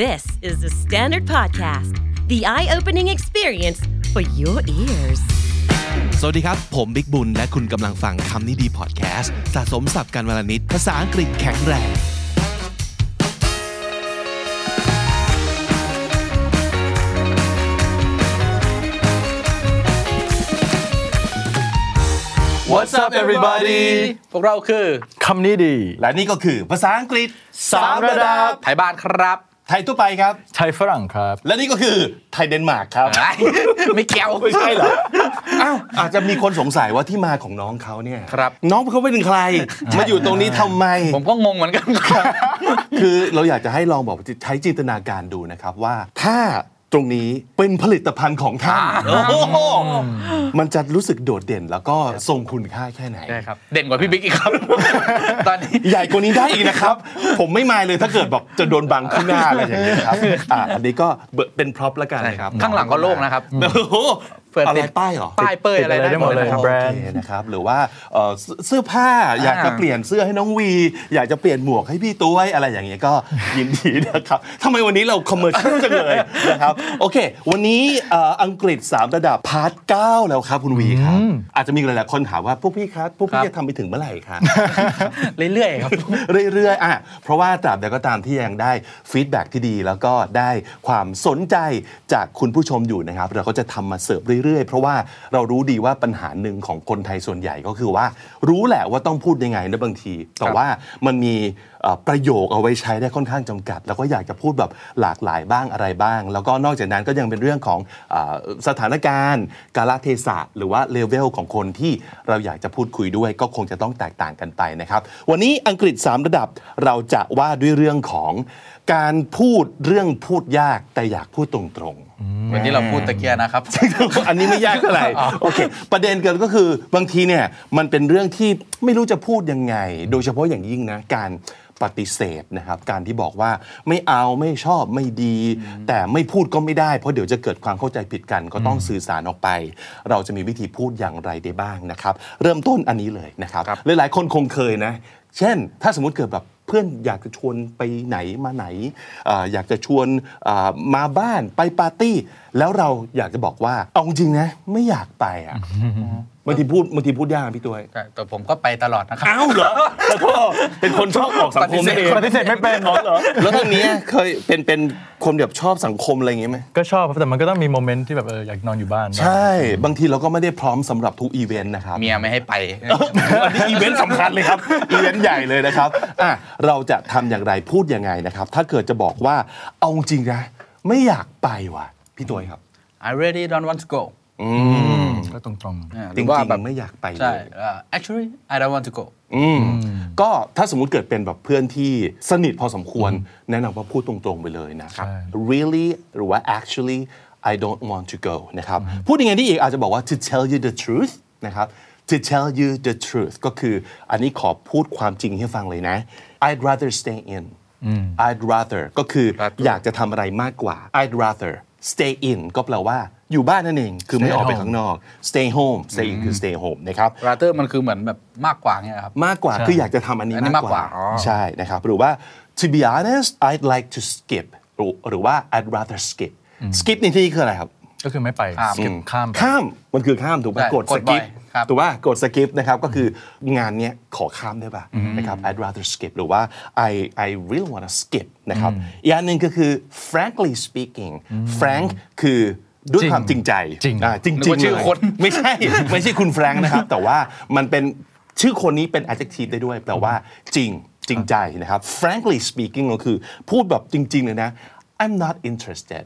This is the Standard Podcast, the eye opening experience for your ears. สวัสดีครับ ผมบิ๊กบุญ และคุณกำลังฟังคำนี้ดีพอดแคสต์สะสมสับการวลนิดภาษาอังกฤษแข็งแรง What's up everybody พวกเราคือ คำนี้ดี และนี่ก็คือภาษาอังกฤษสามระดับ ไทยบ้านครับ ไทยทั่วไปครับ ไทยฝรั่งครับ และนี่ก็คือไทยเดนมาร์กครับ ไม่เกี่ยว ไม่ใช่เหรออ้าวอาจจะมีคนสงสัยว่าที่มาของน้องเขาเนี่ย ครับ น้องเขาเป็นใคร มาอยู่ตรงนี้ทำไม ผมก็งงเหมือนกันครับ คือเราอยากจะให้ลองบอกใช้จินตนาการดูนะครับว่าถ้าตรงนี้เป็นผลิตภัณฑ์ของท่านโอ้โหมันจะรู้สึกโดดเด่นแล้วก็ทรงคุณค่าแค่ไหน ได้ครับ เด่นกว่าพี่บิ๊กอีกครับ ตอนนี้ ใหญ่กว่านี้ได้อีกนะครับ ผมไม่มายเลยถ้าเกิดบอกจะโดนบังข้างหน้าอะไรอย่างเงี้ยครับอ่ะอันนี้ก็เบอะเป็นพร็อพละกันนะครับ ข้างหลังก็โล่งนะครับ โอ้โห เปิด อะ ติ ไร ด ป้ายเหรอ ป้ายเปยอะไร ติดอะไรได้หมดเลย นะ แบรนด์ โอเคนะครับหรือว่าเอ่อเสื้อเสื้อผ้าอยากจะเปลี่ยนเสื้อให้น้องวี อยากจะเปลี่ยนหมวกให้พี่ตุ้ยอะไรอย่างเงี้ ยก็ ยินดีนะครับทำไมวันนี้เราคอมเมอร์เชียลจังเลย นะครับโอเค วันนี้เอ่ออังกฤษ 3 ระดับพาร์ท9แล้วครับคุณวีครับอาจจะมีหลายๆคนถามว่าพวกพี่ครับพวก ค พี่ รับ จะทำไปถึงเมื่อไหร่ครับ เรื่อยๆครับ เรื่อยๆอ่ะเพราะว่าตราบใดก็ตามที่ยังได้ฟีดแบ็ที่ดี แล้วก็ได้ความสนใจจากคุณผู้ชมอยู่นะครับ เราก็จะทำมาเสิร์ฟเรื่อยๆ เพราะว่าเรารู้ดีว่าปัญหาหนึ่งของคนไทยส่วนใหญ่ก็คือว่า รู้แหละว่าต้องพูดยังไงนะบางที แต่ว่ามันมีเอ่อประโยคเอาไว้ใช้ได้ค่อนข้างจำกัด แล้วก็อยากจะพูดแบบหลากหลายบ้างอะไรบ้าง แล้วก็นอกจากนั้นก็ยังเป็นเรื่องของเอ่อสถานการณ์ กาลเทศะหรือว่าเลเวลของคนที่เราอยากจะพูดคุยด้วย ก็คงจะต้องแตกต่างกันไปนะครับ วันนี้อังกฤษ 3 ระดับเราจะว่าด้วยเรื่องของการพูดเรื่องพูดยากแต่อยากพูดตรง เหมือนที่เราพูดตะเกียนะครับ ๆ อันนี้ไม่ยากเท่าไหร่โอเค ประเด็นกันก็คือบางทีเนี่ยมันเป็นเรื่องที่ไม่รู้จะพูดยังไง โดยเฉพาะอย่างยิ่งนะการปฏิเสธนะครับการที่บอกว่าไม่เอาไม่ชอบไม่ดี แต่ไม่พูดก็ไม่ได้เพราะเดี๋ยวจะเกิดความเข้าใจผิดกันก็ต้องสื่อสารออกไป เราจะมีวิธีพูดอย่างไรได้บ้างนะครับ เริ่มต้นอันนี้เลยนะครับ ครับ หลายๆคนคงเคยนะ เช่น ถ้าสมมติเกิดแบบเพื่อนอยากจะชวนไปไหนมาไหนเอออยากจะชวนเอ่อมาบ้านไปปาร์ตี้ แล้วเราอยากจะบอกว่า เอาจริงๆนะ ไม่อยากไปอ่ะบางทีพูดบางทีพูดยากอะพี่ตัวย แต่ผมก็ไปตลอดนะครับ อ้าวเหรอขอโทษเป็นคนชอบออกสังคมนั่นเอง ปฏิเสธไม่เป็นเหรอ แล้วทางนี้เคยเป็นเป็นคนแบบชอบสังคมอะไรอย่างงี้ไหม ก็ชอบครับแต่มันก็ต้องมีโมเมนต์ที่แบบเอออยากนอนอยู่บ้าน ใช่ บางทีเราก็ไม่ได้พร้อมสำหรับทุกอีเวนต์นะครับ เมียไม่ให้ไป อันนี้อีเวนต์สำคัญเลยครับ อีเวนต์ใหญ่เลยนะครับอ่ะเราจะทำอย่างไรพูดยังไงนะครับ ถ้าเกิดจะบอกว่าเอาจริงนะไม่อยากไปว่ะ พี่ตัวยครับ I really don't want to go อืม ก็ตรงๆ อ่าห จ รื ริ อง ว่าแบบ ๆไม่อยากไปเล ใช่ ย เอ่อ actually I don't want to go อืมก็ถ้าสมมุติเกิดเป็นแบบเพื่อนที่สนิทพอสมควร แนะนำว่าพูดตรงๆไปเลยนะครับ ใช่ really หรือว่า actually I don't want to go นะครับ พูดยังไงที่อีกอาจจะบอกว่า to tell you the truth นะครับ to tell you the truth ก็คืออันนี้ขอพูดความจริงให้ฟังเลยนะ I'd rather stay in I'd rather ก็คืออยากจะทำอะไรมากกว่า I'd rather stay in ก็แปลว่าอยู่บ้านนั่นเอง คือไม่ออกไปข้างนอก stay home stay in คือ stay home นะครับ rather มันคือเหมือนแบบมากกว่าเงี้ยครับ มากกว่า ใช่ คืออยากจะทำอันนี้ อันนี้ มากกว่าม ากกว่าอ๋อ ใช่นะครับ หรือว่า to be honest I'd like to skip หรือหรือว่า I'd rather skip skip ในที่นี้คืออะไรครับ ก็คือไม่ไป ข้าม สกิปข้ามไป ข้ามมันคือข้ามถูกไหม ใช่ กด ก ส ดบ่ กิ อย ป ครับ ถูกป่ะกดสกิปนะครับก็คืองานเนี้ยขอข้ามได้ป่ะนะครับ I'd rather skip หรือว่า I I really wanna skip นะครับอีกอันหนึ่งก็คือ frankly speaking frank คือด้วย จริง ความจริงใจ จริง อ่าจริง นึ จริงกว่าชื่อคน ไม่ใช่ ไม่ใช่คุณแฟรงค์นะครับ แต่ว่ามันเป็นชื่อคนนี้เป็น adjective ได้ด้วยแปลว่าจริงจริงใจนะครับ frankly speaking ก็คือพูดแบบจริง ๆ เลยนะ I'm not interested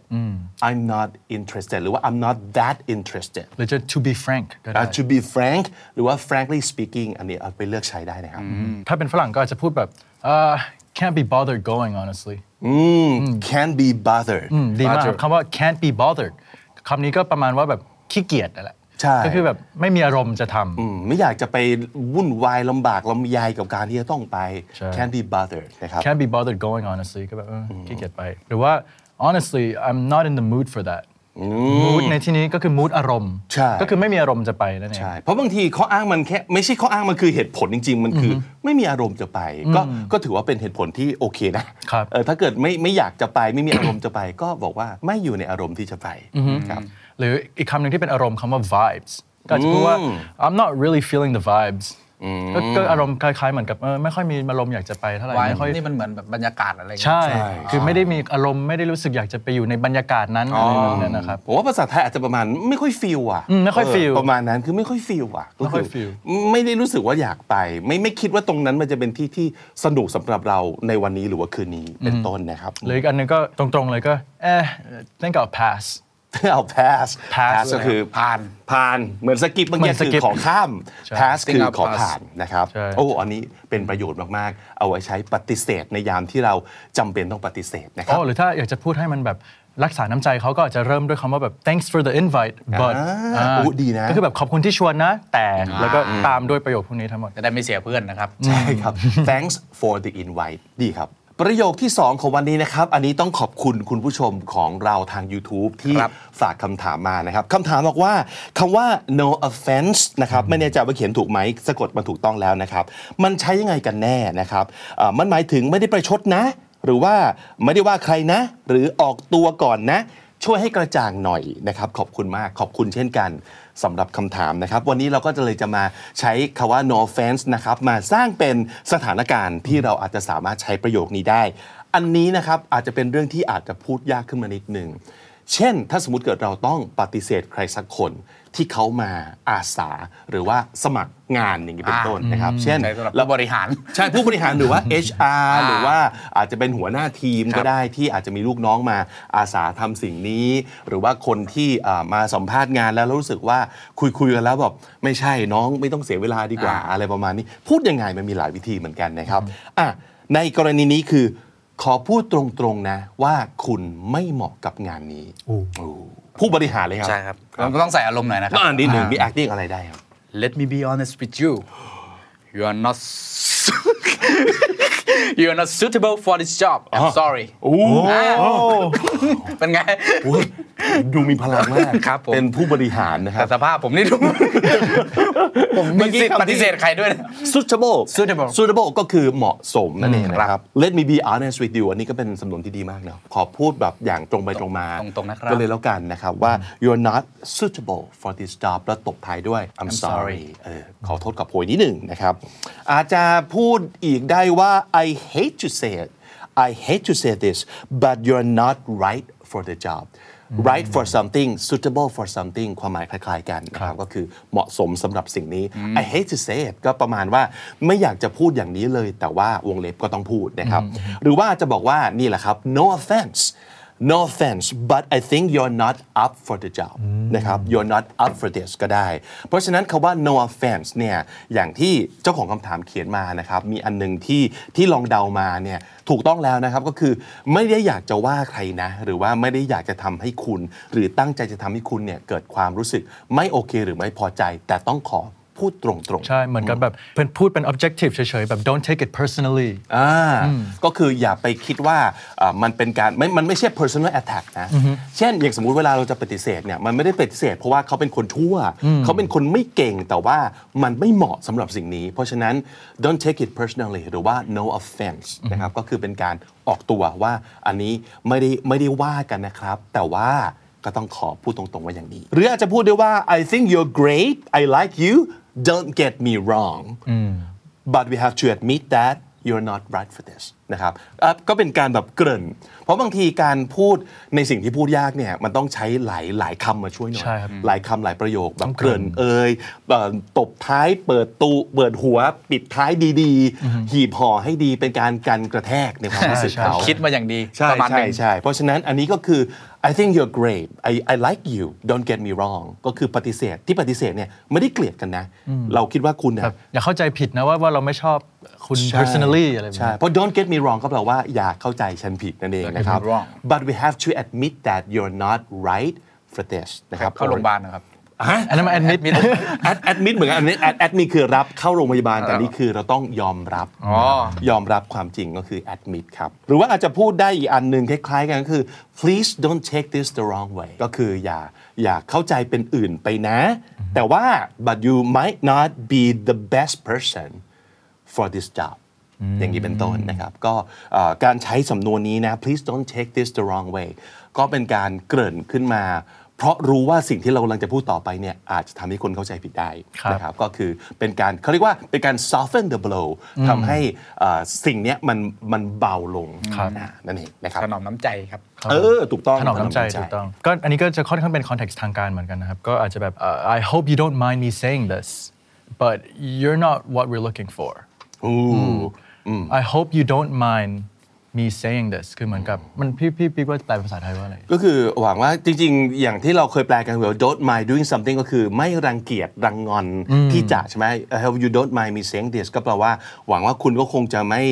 I'm not interested หรือว่า I'm not that interested หรือจะ to be frank ก็ได้ อ่ะ to be frank หรือว่า frankly speaking อันนี้เอาไปเลือกใช้ได้นะครับ ถ้าเป็นฝรั่งก็อาจจะพูดแบบเอ่อ can't be bothered going honestly can't be bothered อืมดีมากครับคำว่า can't be bothered คำนี้ก็ประมาณว่าแบบขี้เกียจนั่นแหละ ใช่ ก็คือแบบไม่มีอารมณ์จะทำ อืมไม่อยากจะไปวุ่นวายลำบากลำยายกับการที่จะต้องไป ใช่ can't be bothered นะครับ can't be bothered going honestly ก็แบบเออขี้เกียจไป หรือว่า honestly I'm not in the mood for that อืม มูดในที่นี้ก็คือมูดอารมณ์ ใช่ ก็คือไม่มีอารมณ์จะไปนั่นเอง ใช่ เพราะบางทีข้ออ้างมันแค่ไม่ใช่ข้ออ้างมันคือเหตุผลจริง ๆ มันคืออไม่มีอารมณ์จะไป ก็ก็ถือว่าเป็นเหตุผลที่โอเคนะครับ เออถ้าเกิดไม่ไม่อยากจะไปไม่มีอารมณ์จะไป ก็บอกว่าไม่อยู่ในอารมณ์ที่จะไปครับ หรืออีกคำหนึ่งที่เป็นอารมณ์คำว่า vibes ก็อาจจะพูดว่า อืม I'm not really feeling the vibes ก็ก็อารมณ์คล้ายๆเหมือนกับเออไม่ค่อยมีอารมณ์อยากจะไปเท่าไหร่ วาย ไม่ค่อย นี่มันเหมือนแบบบรรยากาศอะไรเงี้ย ใช่ คือไม่ได้มีอารมณ์ไม่ได้รู้สึกอยากจะไปอยู่ในบรรยากาศนั้นอะไรแบบนั้นนะครับ ผมว่าภาษาไทยอาจจะประมาณไม่ค่อยฟิลอ่ะ อืมไม่ค่อย เ feel ประมาณนั้นคือไม่ค่อยฟิลอ่ะก็ ไม่ค่อย feel ไม่ได้รู้สึกว่าอยากไป ไม่ไม่คิดว่าตรงนั้นมันจะเป็นที่ที่สนุกสำหรับเราในวันนี้หรือว่าคืนนี้เป็นต้นนะครับ หรืออีกอันหนึงก็ตรงๆเลยก็เอ๊ะ think I'll pass เอา pass pass ก็คือ ผ่าน ผ่านเหมือนสกิปบาง เหมื อ อย่าง น คือ skip ของข้าม ใช่ pass คือ Think of ขอ pass ผ่านนะครับ ใช่ โอ้อันนี้เป็นประโยชน์มากๆ เอาไว้ใช้ปฏิเสธในยามที่เราจำเป็นต้องปฏิเสธนะค อ๋ รับ อหรือถ้าอยากจะพูดให้มันแบบรักษาน้ำใจเขาก็อาจจะเริ่มด้วยคำว่าแบบ thanks for the invite but อ่า อ่า อุ๊ยดีนะ ก็คือแบบขอบคุณที่ชวนนะ แต่แล้วก็ตามด้วยประโยคพวกนี้ทั้งหมด จะได้ไม่เสียเพื่อนนะครับ ใช่ครับ thanks for the invite ดีครับ ประโยคที่ 2 ของวันนี้นะครับ อันนี้ต้องขอบคุณคุณผู้ชมของเราทาง YouTube ที่ ครับ ฝากคำถามมานะครับคำถามบอกว่าคำว่า no offense นะครับไม่แน่ใจว่าเขียนถูกไหมสะกดมันถูกต้องแล้วนะครับ มันใช้ยังไงกันแน่นะครับอ่ามันหมายถึงไม่ได้ประชดนะ หรือว่าไม่ได้ว่าใครนะ หรือออกตัวก่อนนะ ช่วยให้กระจ่างหน่อยนะครับ ขอบคุณมากขอบคุณเช่นกันสำหรับคำถามนะครับ วันนี้เราก็จะเลยจะมาใช้คำว่า no offense นะครับ มาสร้างเป็นสถานการณ์ที่เราอาจจะสามารถใช้ประโยคนี้ได้ อันนี้นะครับอาจจะเป็นเรื่องที่อาจจะพูดยากขึ้นมานิดหนึ่ง เช่น ถ้าสมมติเกิดเราต้องปฏิเสธใครสักคนที่เขามาอาสาหรือว่าสมัครงานอย่างนี้เป็นต้นนะครับ เช่น ใช้สำหรับผู้บริหาร ใช่ผู้บริหารหรือว่า HR หรือว่าอาจจะเป็นหัวหน้าทีม ครับ ก็ได้ที่อาจจะมีลูกน้องมาอาสาทำสิ่งนี้ หรือว่าคนที่อ่ามาสัมภาษณ์งานแล้วรู้สึกว่าคุยคุยๆกันแล้วแบบไม่ใช่น้องไม่ต้องเสียเวลาดีกว่า อ่า อะไรประมาณนี้ พูดยังไงมันมีหลายวิธีเหมือนกันนะครับอ่ะในกรณีนี้คือ ขอพูดตรงๆนะว่าคุณไม่เหมาะกับงานนี้โอ้ผู้บริหารเลยครับ ใช่ครับเราต้องใส่อารมณ์หน่อยนะครั อ่านิดหนึ่ง อ่า มี acting อะไรได้ครับ Let me be honest with you. You are not. you are not suitable for this job. I'm sorry. โอ้ โอ้ เป็นไง โหดูมีพลังมาก ครับผม เป็นผู้บริหารนะครับ แต่สภาพผมนี่ดู ผม เมื่ มี อกี้ สิทธิ์ คำที่ ปฏิเสธใครด้วยนะ suitable suitable suitable ก็คือเหมาะสมนั่นเองนะครับ let me be honest with you อันนี้ก็เป็นสำนวนที่ดีมากเนาะขอพูดแบบอย่างตรงไปตรงมา ตรงๆนะครับ ก็เลยแล้วกันนะครับว่า you're not suitable for this job แล้วตบท้ายด้วย I'm I'm sorry sorry เออขอโทษกับโพยนิดหนึ่งนะครับ อาจจะพูดอีกได้ว่า I hate to say it I hate to say this but you're not right for the job right for something suitable for something ความหมายคล้ายๆกันนะครับก็คือเหมาะสมสำหรับสิ่งนี้ I hate to say it ก็ประมาณว่าไม่อยากจะพูดอย่างนี้เลย แต่ว่าวงเล็บก็ต้องพูดนะครับ หรือว่าจะบอกว่านี่แหละครับ no offense no offense but I think you're not up for the job นะครับ you're not up for this ก็ได้ เพราะฉะนั้นคาว่า no offense เนี่ยอย่างที่เจ้าของคำถามเขียนมานะครับ มีอันหนึงที่ที่ลองเดามาเนี่ยถูกต้องแล้วนะครับก็คือไม่ได้อยากจะว่าใครนะ หรือว่าไม่ได้อยากจะทำให้คุณ หรือตั้งใจจะทำให้คุณเนี่ยเกิดความรู้สึกไม่โอเคหรือไม่พอใจ แต่ต้องขอพูดตรงๆ ใช่ เหมือนกับแบบเป็นพูดเป็น objective เฉยๆ แบบ don't take it personally อ่าก็คืออย่าไปคิดว่าอ่ามันเป็นการไม่มันไม่ใช่ personal attack นะ เช่น อย่างสมมุติเวลาเราจะปฏิเสธเนี่ยมันไม่ได้ปฏิเสธ เพราะว่าเขาเป็นคนทั่ว เขาเป็นคนไม่เก่งแต่ว่ามันไม่เหมาะสำหรับสิ่งนี้ เพราะฉะนั้น don't take it personally หรือว่า no offense นะครับก็คือเป็นการออกตัวว่าอันนี้ไม่ได้ไม่ได้ว่ากันนะครับ แต่ว่าก็ต้องขอพูดตรงๆว่าอย่างนี้ หรืออาจจะพูดได้ว่า I think you're great I like you don't get me wrong but we have to admit that you're not right for this นะครับเอ่อก็เป็นการแบบเกริ่น เพราะบางทีการพูดในสิ่งที่พูดยากเนี่ยมันต้องใช้หลายหลายคำมาช่วยหน่อย ใช่ครับ หลายคำหลายประโยคแบบเกริ่นเอ่ยเอ่อตบท้ายเปิดตูเปิดหัว ปิดท้ายดีๆ หีบห่อให้ดีเป็นการกันกระแทกในความรู้สึกเขา คิดมาอย่างดี ใช่ ประมาณห ใช่ นึ่ง ใช่เพราะฉะนั้นอันนี้ก็คือ I think you're great I I like you don't get me wrong ก็คือปฏิเสธที่ปฏิเสธเนี่ยไม่ได้เกลียดกันนะ เราคิดว่าคุณเนี่ย แบบอย่าเข้าใจผิดนะว่าว่าเราไม่ชอบคุณ personally อะไรแบบ ใช่ นี้ เพราะ don't get me wrong ก็แปลว่าอย่าเข้าใจฉันผิดนั่นเอง Don't get นะครับ me wrong but we have to admit that you're not right for this นะครับ เข้าโรงพยาบาลนะครับ ฮะ อันนั้นมาแอดมิด แอดแอดมิดเหมือนกันอันนี้แอดแอดมิดคือรับเข้าโรงพยาบาลแต่นี่คือเราต้องยอมรับ อ๋อ ยอมรับความจริงก็คือแอดมิดครับ หรือว่าอาจจะพูดได้อีกอันหนึ่งคล้ายๆกันก็คือ please don't take this the wrong way ก็คืออย่าอย่าเข้าใจเป็นอื่นไปนะ แต่ว่า but you might not be the best person for this job อย่างนี้เป็นต้นนะครับ ก็เอ่อการใช้สำนวนนี้นะ please don't take this the wrong way ก็เป็นการเกริ่นขึ้นมา เพราะรู้ว่าสิ่งที่เรากำลังจะพูดต่อไปเนี่ยอาจจะทำให้คนเข้าใจผิดได้ ครับ นะครับ ก็คือเป็นการเขาเรียกว่าเป็นการ soften the blow ทำให้เอ่อสิ่งเนี้ยมันมันเบาลงอ่านั่นเองนะครับ ถนอมน้ำใจครับ เออถูกต้อง ถนอมน้ำใจถูกต้องก็อันนี้ก็จะค่อนข้างเป็นคอนเท็กซ์ทางการเหมือนกันนะครับ ก็อาจจะแบบเอ่อ I hope you don't mind me saying this but you're not what we're looking for อู้ I hope you don't mind me saying this คือเหมือนกับมันพี่พี่พี่ว่าแปลเป็นภาษาไทยว่าอะไร ก็คือหวังว่าจริงๆ อย่างที่เราเคยแปลกันคือ don't mind doing something ก็คือไม่รังเกียจรังงอนที่จะใช่ไหม I hope you don't mind me saying this ก็แปลว่าหวังว่าคุณก็คงจะไม่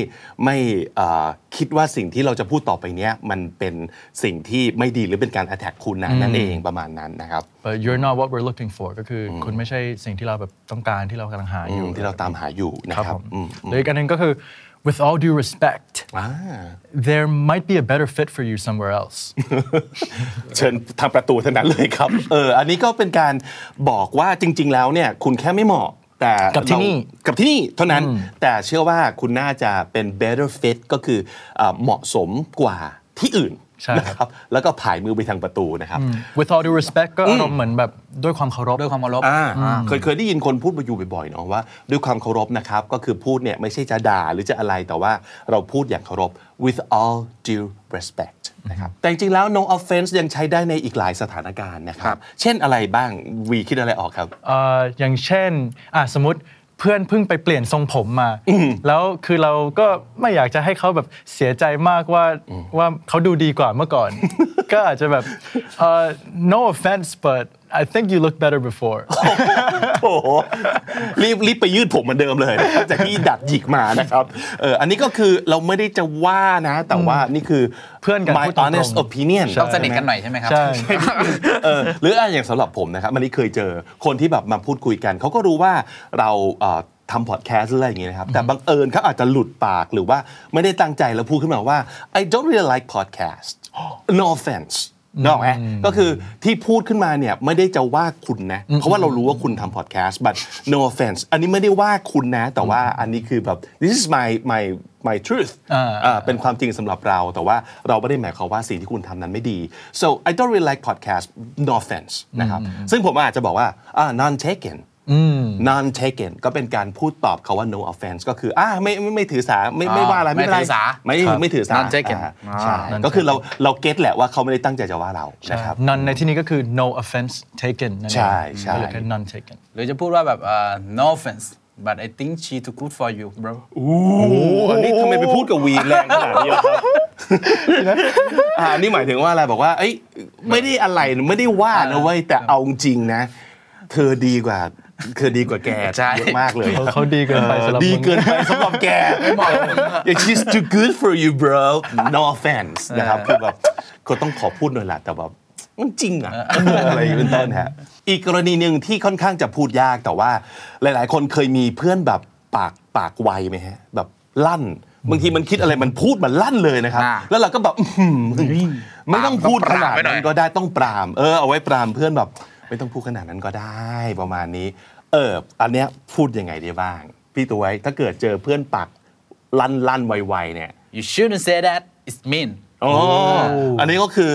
ไม่เอ่อคิดว่าสิ่งที่เราจะพูดต่อไปเนี้ยมันเป็นสิ่งที่ไม่ดีหรือเป็นการ attack คุณนะนั่นเองประมาณนั้นนะครับ but you're not what we're looking for ก็คืออคุณไม่ใช่สิ่งที่เราแบบต้องการที่เรากำลังหาอยู่ ที่เราตามหาอยู่นะ ครับ ครั ผ บ ม อืม หรืออีกอันหนึงก็คือ with all due respect อ่า there might be a better fit for you somewhere else เชิญทางประตูเท่านั้นเลยครับ เออ อันนี้ก็เป็นการบอกว่าจริง ๆ แล้วเนี่ยคุณแค่ไม่เหมาะ แต่ กับที่นี่ เรากับที่นี่เท่านั้น แต่เชื่อว่าคุณน่าจะเป็น better fit ก็คือเอ่อเหมาะสมกว่าที่อื่นนะครับ แล้วก็ผายมือไปทางประตูนะครับ with all due respect ก็อารมณ์เหมือนแบบด้วยความเคารพ ด้วยความเคารพ อ่าเคยเคยได้ยินคนพูดมาอยู่บ่อยๆเนาะว่าด้วยความเคารพนะครับ ก็คือพูดเนี่ยไม่ใช่จะด่าหรือจะอะไรแต่ว่าเราพูดอย่างเคารพ with all due respect นะครับแต่จริงๆแล้ว no offense ยังใช้ได้ในอีกหลายสถานการณ์นะครับ เช่นอะไรบ้างวีคิดอะไรออกครับ เอ่ออย่างเช่นอ่ะสมมติเพื่อนเพิ่งไปเปลี่ยนทรงผมมา แล้วคือเราก็ไม่อยากจะให้เขาแบบเสียใจมากว่าว่าเขาดูดีกว่าเมื่อ ก่อน ก็อาจจะแบบเอ่อ no offense but I think you look better before โอ้โหรีบรีบไปยืดผมเหมือนเดิมเลยนะครับจากที่ดัดหยิกมานะครับเอออันนี้ก็คือเราไม่ได้จะว่านะ แต่ว่านี่คือ เพื่อนกัน my พูดตรงๆ honest opinion ใช่ ต้องสนิทกันหน่อยใช่ไหมครับ ใช่ เออหรืออ่ะอย่างสำหรับผมนะครับมันนี้เคยเจอคนที่แบบมาพูดคุยกัน เขาก็รู้ว่าเราเอ่อทำพอดแคสต์อะไรอย่างเงี้ยนะครับ แต่บังเอิญเขาอาจจะหลุดปากหรือว่าไม่ได้ตั้งใจแล้วพูดขึ้นมาว่า I don't really like podcast no offense นกออกไหมก็คือที่พูดขึ้นมาเนี่ยไม่ได้จะว่าคุณนะ เพราะว่าเรารู้ว่าคุณทำพอดแคสต์ but no offense อันนี้ไม่ได้ว่าคุณนะ แต่ว่าอันนี้คือแบบ this is my my my truth อ่า อ่าเป็นความจริงสำหรับเราแต่ว่าเราไม่ได้หมายความว่าสิ่งที่คุณทำนั้นไม่ดี so I don't really like podcast no offense นะครับซึ่งผมอาจจะบอกว่าอ่า non taken non taken ก็เป็นการพูดตอบเขาว่า no offense ก็คืออ่าไม่ไม่ไม่ถือสาไม่ไม่ว่าอะไรไม่เป็นไร ไม่ถือสา ไม่ไม่ถือสา non taken อ่า อ่า ใช่ก็คือเราเราเก็ตแหละว่าเขาไม่ได้ตั้งใจจะว่าเรานะครับ น o n ในที่นี้ก็คือ no offense taken นั่นเอง ใช่ใช่ ก็เลยแค่ none taken หรือจะพูดว่าแบบเอ่อ no offense but I think she too good for you bro โอ้โหอันนี้ทำไมไปพูดกับวีนแรงขนาดนี้ล่ะครับอ่าอันนี่หมายถึงว่าอะไรบอกว่า เอ้ยไม่ได้อะไรนะไม่ได้ว่านะเว้ยแต่เอาจริงนะ เธอดีกว่าเธอดีกว่าแก ใช่ เยอะมากเลย เขาเขาดีเกินไป เออ สำหรับ ดี มึง เกิน ไปสำหรับแก It's just too good for you bro no offense นะครับคือแบบก็ต้องขอพูดหน่อยแหละแต่แบบมันจริงอะอะไรอย่างนี้เป็นต้นฮะอีกกรณีหนึ่งที่ค่อนข้างจะพูดยากแต่ว่า หลาย ๆ คนเคยมีเพื่อนแบบปากปากไวไหมฮะแบบลั่น บางทีมันคิดอะไรมันพูดมันลั่นเลยนะครับ อ่า แล้วเราก็แบบอื้อหือไม่ต้องพูดขนาดนั้นก็ได้ต้องปราม เออเอาไว้ปรามเพื่อนแบบ ไม่ต้องพูดขนาดนั้นก็ได้ประมาณนี้ เอออันเนี้ยพูดยังไงได้บ้าง พี่ตัวไว้ถ้าเกิดเจอเพื่อนปากลั่นลั่นไวๆเนี่ย you shouldn't say that it's mean อ๋ออันนี้ก็คือ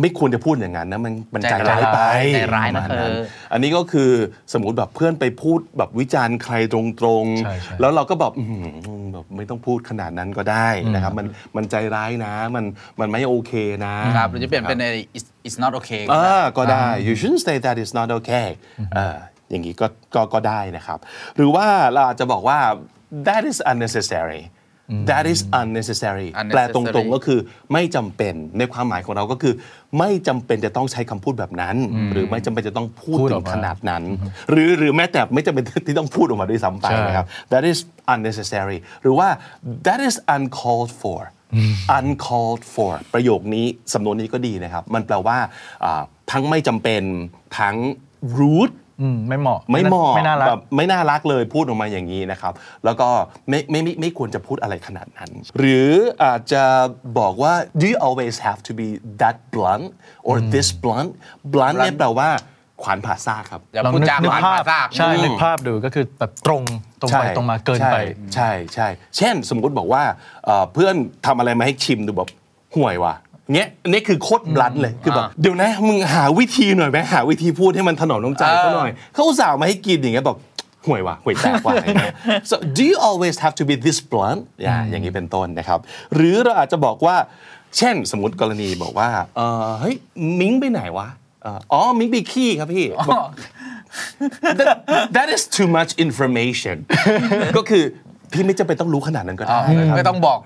ไม่ควรจะพูดอย่างนั้นนะมันมันใจ ใจ ร้า ร้าย ยไป ใจร้ายนะ ปมณ เธอ อันนี้ก็คือสมมติแบบเพื่อนไปพูดแบบวิจารณ์ใครตรง ใช่ใช่ ๆ แล้วเราก็แบบอื้อหือแบบไม่ต้องพูดขนาดนั้นก็ได้นะครับมันมันใจร้ายนะมันมันไม่โอเคนะครับ หรือจะเปลี่ยนเป็นไอ้ it's it's not okay ก็ อ่า ได้ ก็ได้ you shouldn't say that is not okay เอ่าอย่างนี้ก็ก็ก็ได้นะครับ หรือว่าเราอาจจะบอกว่า that is unnecessary that is unnecessary แปลตรง unnecessary ๆก็ ก็คือไม่จำเป็นในความหมายของเราก็คือ ไม่จำเป็นจะต้องใช้คำพูดแบบนั้น หรือไม่จำเป็นจะต้องพูด พูด ถึ ออง กมา ขนาดนั้น หรือหรือแม้แต่ไม่จำเป็นที่ต้องพูดออกมาด้วยซ้ำไป ใช่ นะครับ that is unnecessary หรือว่า that is uncalled for uncalled for ประโยคนี้สำนวนนี้ก็ดีนะครับ มันแปลว่าอ่าทั้งไม่จำเป็นทั้ง rude อืมไม่เหมาะ ไม่เหมาะ ไม่น่ารัก แบบไม่น่ารักเลยพูดออกมาอย่างนี้นะครับ แล้วก็ไม่ไม่ไม่ไม่ควรจะพูดอะไรขนาดนั้น หรืออาจจะบอกว่า do you always have to be that blunt or this blunt blunt เนี่ยแปลว่าขวานผ่าซากครับ อย่า ลอง พูด นึก จาก นึ ห ก วาน ภา ผ่า พ ซาก ใช่ อืม นึกภาพดูก็คือแบบตรงตรงไป ใช่ ตรงมาเกินไป ใช่ใช่ใช่เช่นสมมุติบอกว่าเอ่อเพื่อนทำอะไรมาให้ชิมดูแบบห่วยว่ะเงี้ยอันนี่คือโคตรบลันเลยคือแบบ อ่า เดี๋ยวนะมึงหาวิธีหน่อยไหมหาวิธีพูดให้มันถนอมน้ำใจเขาหน่อยเขาอุตส่าห์มาให้กินอย่างเงี้ยแบบห่วยว่ะห่วยแตก ว่ะอย่างเงี้ย so do you always have to be this blunt อย่าอย่างนี้เป็นต้นนะครับ หรือเราอาจจะบอกว่า เช่นสมมติกรณีบอกว่าเอ่อเฮ้ยมิ้งไปไหนวะเอ่ออ๋อมิ้งไปขี้ครับพี่บอก That- that is too much information ก็คือพี่ไม่จำเป็นต้องรู้ขนาดนั้นก็ได้ า นะครับ ไม่ต้องบอก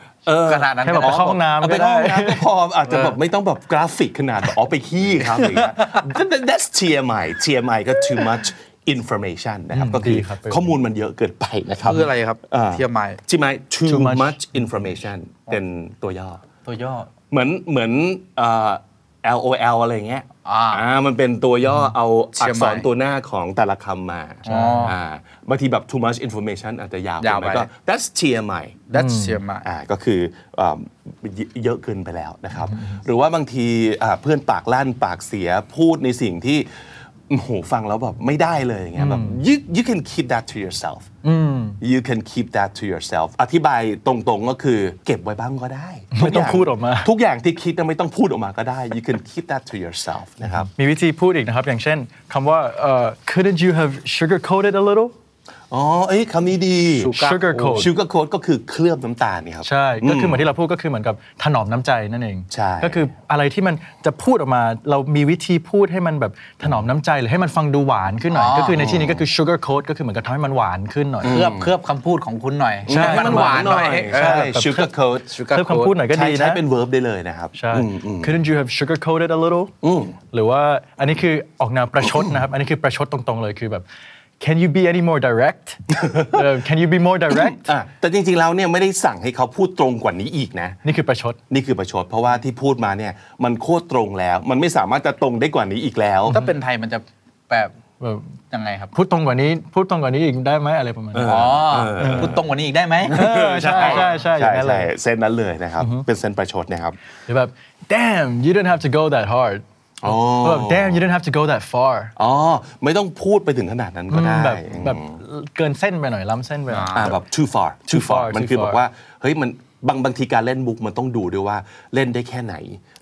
ขนาดนั้น แค่บอก ก็ ไป ได้ เข้าห้องน้ำ เาไป ก็ เข้า ได้ ห้องน้ำก็พออาจจะแบบไม่ต้องแบบกราฟิกขนาดแบบอ๋อไปขี้ครับอะไรอย่างเงี้ย That- that- that's TMI TMI ก็ too much information นะครับ ก็คือ ดีครับ ข้อมูลมันเยอะเกินไปนะครับ คืออะไรครับ า เทียมไม้ TMI too Too much much information เป็นตัวย่อ ตัวย่อ เหมือนเหมือนเอ่อ LOL อะไรอย่างเงี้ย อ่า อ่ามันเป็นตัวย่อเอา เชื่ อั อก มไหม ษรตัวหน้าของแต่ละคำมา อ๋ออ่ าบางทีแบบ too much information อาจจะยาว ยาว ไป ไป ก็ that's TMI that's เทียมไม้ อ่าก็คือเอ่อเยเยอะเกินไปแล้วนะครับ หรือว่าบางทีอ่าเพื่อนปากลั่นปากเสียพูดในสิ่งที่โอ้โหฟังแล้วแบบไม่ได้เลยอย่างเงี้ยแบบ you you can keep that to yourself you can keep that to yourself อธิบายตรงๆก็คือเก็บไว้บ้างก็ได้ ไม่ต้อง ทุย่ พูดออกมา ทุกอย่างที่คิดน่ะไม่ต้องพูดออกมาก็ได้ you can keep that to yourself นะครับ มีวิธีพูดอีกนะครับ อย่างเช่นคำว่าเอ่อ couldn't you have sugar coated a little อ๋อเอ้ยคำนี้ดี Sugar sugar coat sugar coat ก็คือเคลือบน้ำตาลเนี่ยครับ ใช่ ก็คือเหมือนที่เราพูดก็คือเหมือนกับถนอมน้ำใจนั่นเอง ใช่ ก็คืออะไรที่มันจะพูดออกมา เรามีวิธีพูดให้มันแบบถนอมน้ำใจหรือให้มันฟังดูหวานขึ้นหน่อย อ๋อ ก็คือในที่นี้ก็คือ sugar coat ก็คือเหมือนกับทำให้มันหวานขึ้นหน่อย เคลือบเคลือบคำพูดของคุณหน่อย ใช่ ห้มันหวานหน่อย ใช่ sugar coat เคลือบคำพูดหน่อยก็ ใช้ ดี ใช้ นะ เป็น verb ได้เลยนะครับ ใช่ couldn't you have sugar coated a little หรือว่าอันนี้คือออกแนวประชดนะครับ อันนี้คือประชดตรงๆเลยคือแบบ can you be any more direct เออ can you be more direct อ่ะแต่จริงๆแล้วเนี่ยไม่ได้สั่งให้เขาพูดตรงกว่านี้อีกนะ นี่คือประชด นี่คือประชดเพราะว่าที่พูดมาเนี่ยมันโคตรตรงแล้ว มันไม่สามารถจะตรงได้กว่านี้อีกแล้ว ถ้าเป็นไทยมันจะแบบ แบบ ยังไงครับ พูดตรงกว่านี้ พูดตรงกว่านี้อีกได้ไหมอะไรประมาณนั้น อ๋อพูดตรงกว่านี้อีกได้ไหม เออใช่ใช่ใช่อย่างนั้นเลย เส้นนั้นเลยนะครับ เป็นเส้นประชดนะครับ หรือแบบ damn you didn't have to go that hard อ๋อ แบบ damn you didn't have to go that far อ๋อ ไม่ต้องพูดไปถึงขนาดนั้นก็ได้ แบบ อืม แบบเกินเส้นไปหน่อย ล้ำเส้นไปหน่อย อ่าแบบ too far too too far far มันคือบ too far อกว่าเฮ้ยมันบางบางทีการเล่นมุกมันต้องดูด้วยว่าเล่นได้แค่ไหน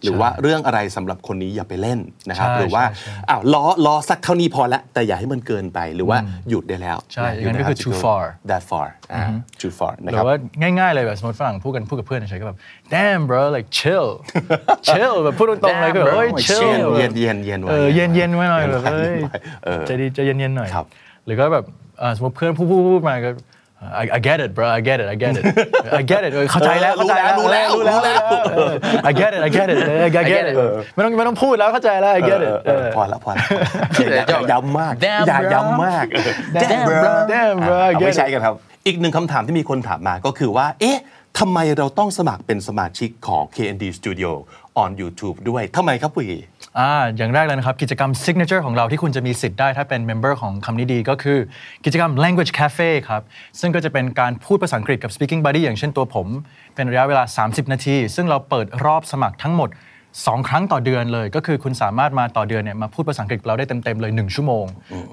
หรือว่าเรื่องอะไรสำหรับคนนี้อย่าไปเล่นนะครับ ใช่ หรือว่า ใช่ใช่ อ้าวล้อล้อสักเท่านี้พอละแต่อย่าให้มันเกินไปหรือว่าหยุดได้แล้ว ใช่ ะหยุด อย่างนั้นก็คือ ได้ too far that far อ่า too far นะ หรื ครับ อว่าง่าย ๆ เลยแบบสมมติฝรั่งพูดกันพูดกับเพื่อนเฉยๆก็แบบ damn bro like chill chill แบบพูดตรงๆเลยก็แบบ Damn, bro, เฮ้ย like chill chill เย็นเย็นเย็นไว้ เออเย็นเย็นๆไว้หน่อยแบบเฮ้ย เย็นไว้เออ ใจดีใจเย็นๆหน่อย ครับ หรือก็แบบอ่าสมมติเพื่อนพูดพูดพูดมาก็ I I get it bro I get it I get it I get it เออเข้าใจแล้วเข้าใจแล้ว รู้แล้วรู้แล้วรู้แล้ว เออ I get it I get it เออ I get it ไม่ต้องไม่ต้องพูดแล้วเข้าใจแล้ว I get it เออเออพอละพอละอย่าอย่าย้ำมาก Damn, อย่า bro. ย้ำมาก Damn, bro. Damn, bro. อ่ะเอา Get ไม่ it. ใช่กันครับ อีกหนึ่งคำถามที่มีคนถามมาก็คือว่า เอ๊ะทำไมเราต้องสมัครเป็นสมาชิกของ KND Studio on YouTube ด้วยทำไมครับวี อ่าอย่างแรกเลยนะครับ กิจกรรม signature ของเราที่คุณจะมีสิทธิ์ได้ถ้าเป็นเมมเบอร์ของคำนี้ดีก็คือ กิจกรรม language cafe ครับ ซึ่งก็จะเป็นการพูดภาษาอังกฤษกับ speaking buddy อย่างเช่นตัวผม เป็นระยะเวลา 30 นาที ซึ่งเราเปิดรอบสมัครทั้งหมด 2 ครั้งต่อเดือนเลย ก็คือคุณสามารถมาต่อเดือนเนี่ยมาพูดภาษาอังกฤษกับเราได้เต็ม ๆ เลย 1 ชั่วโมง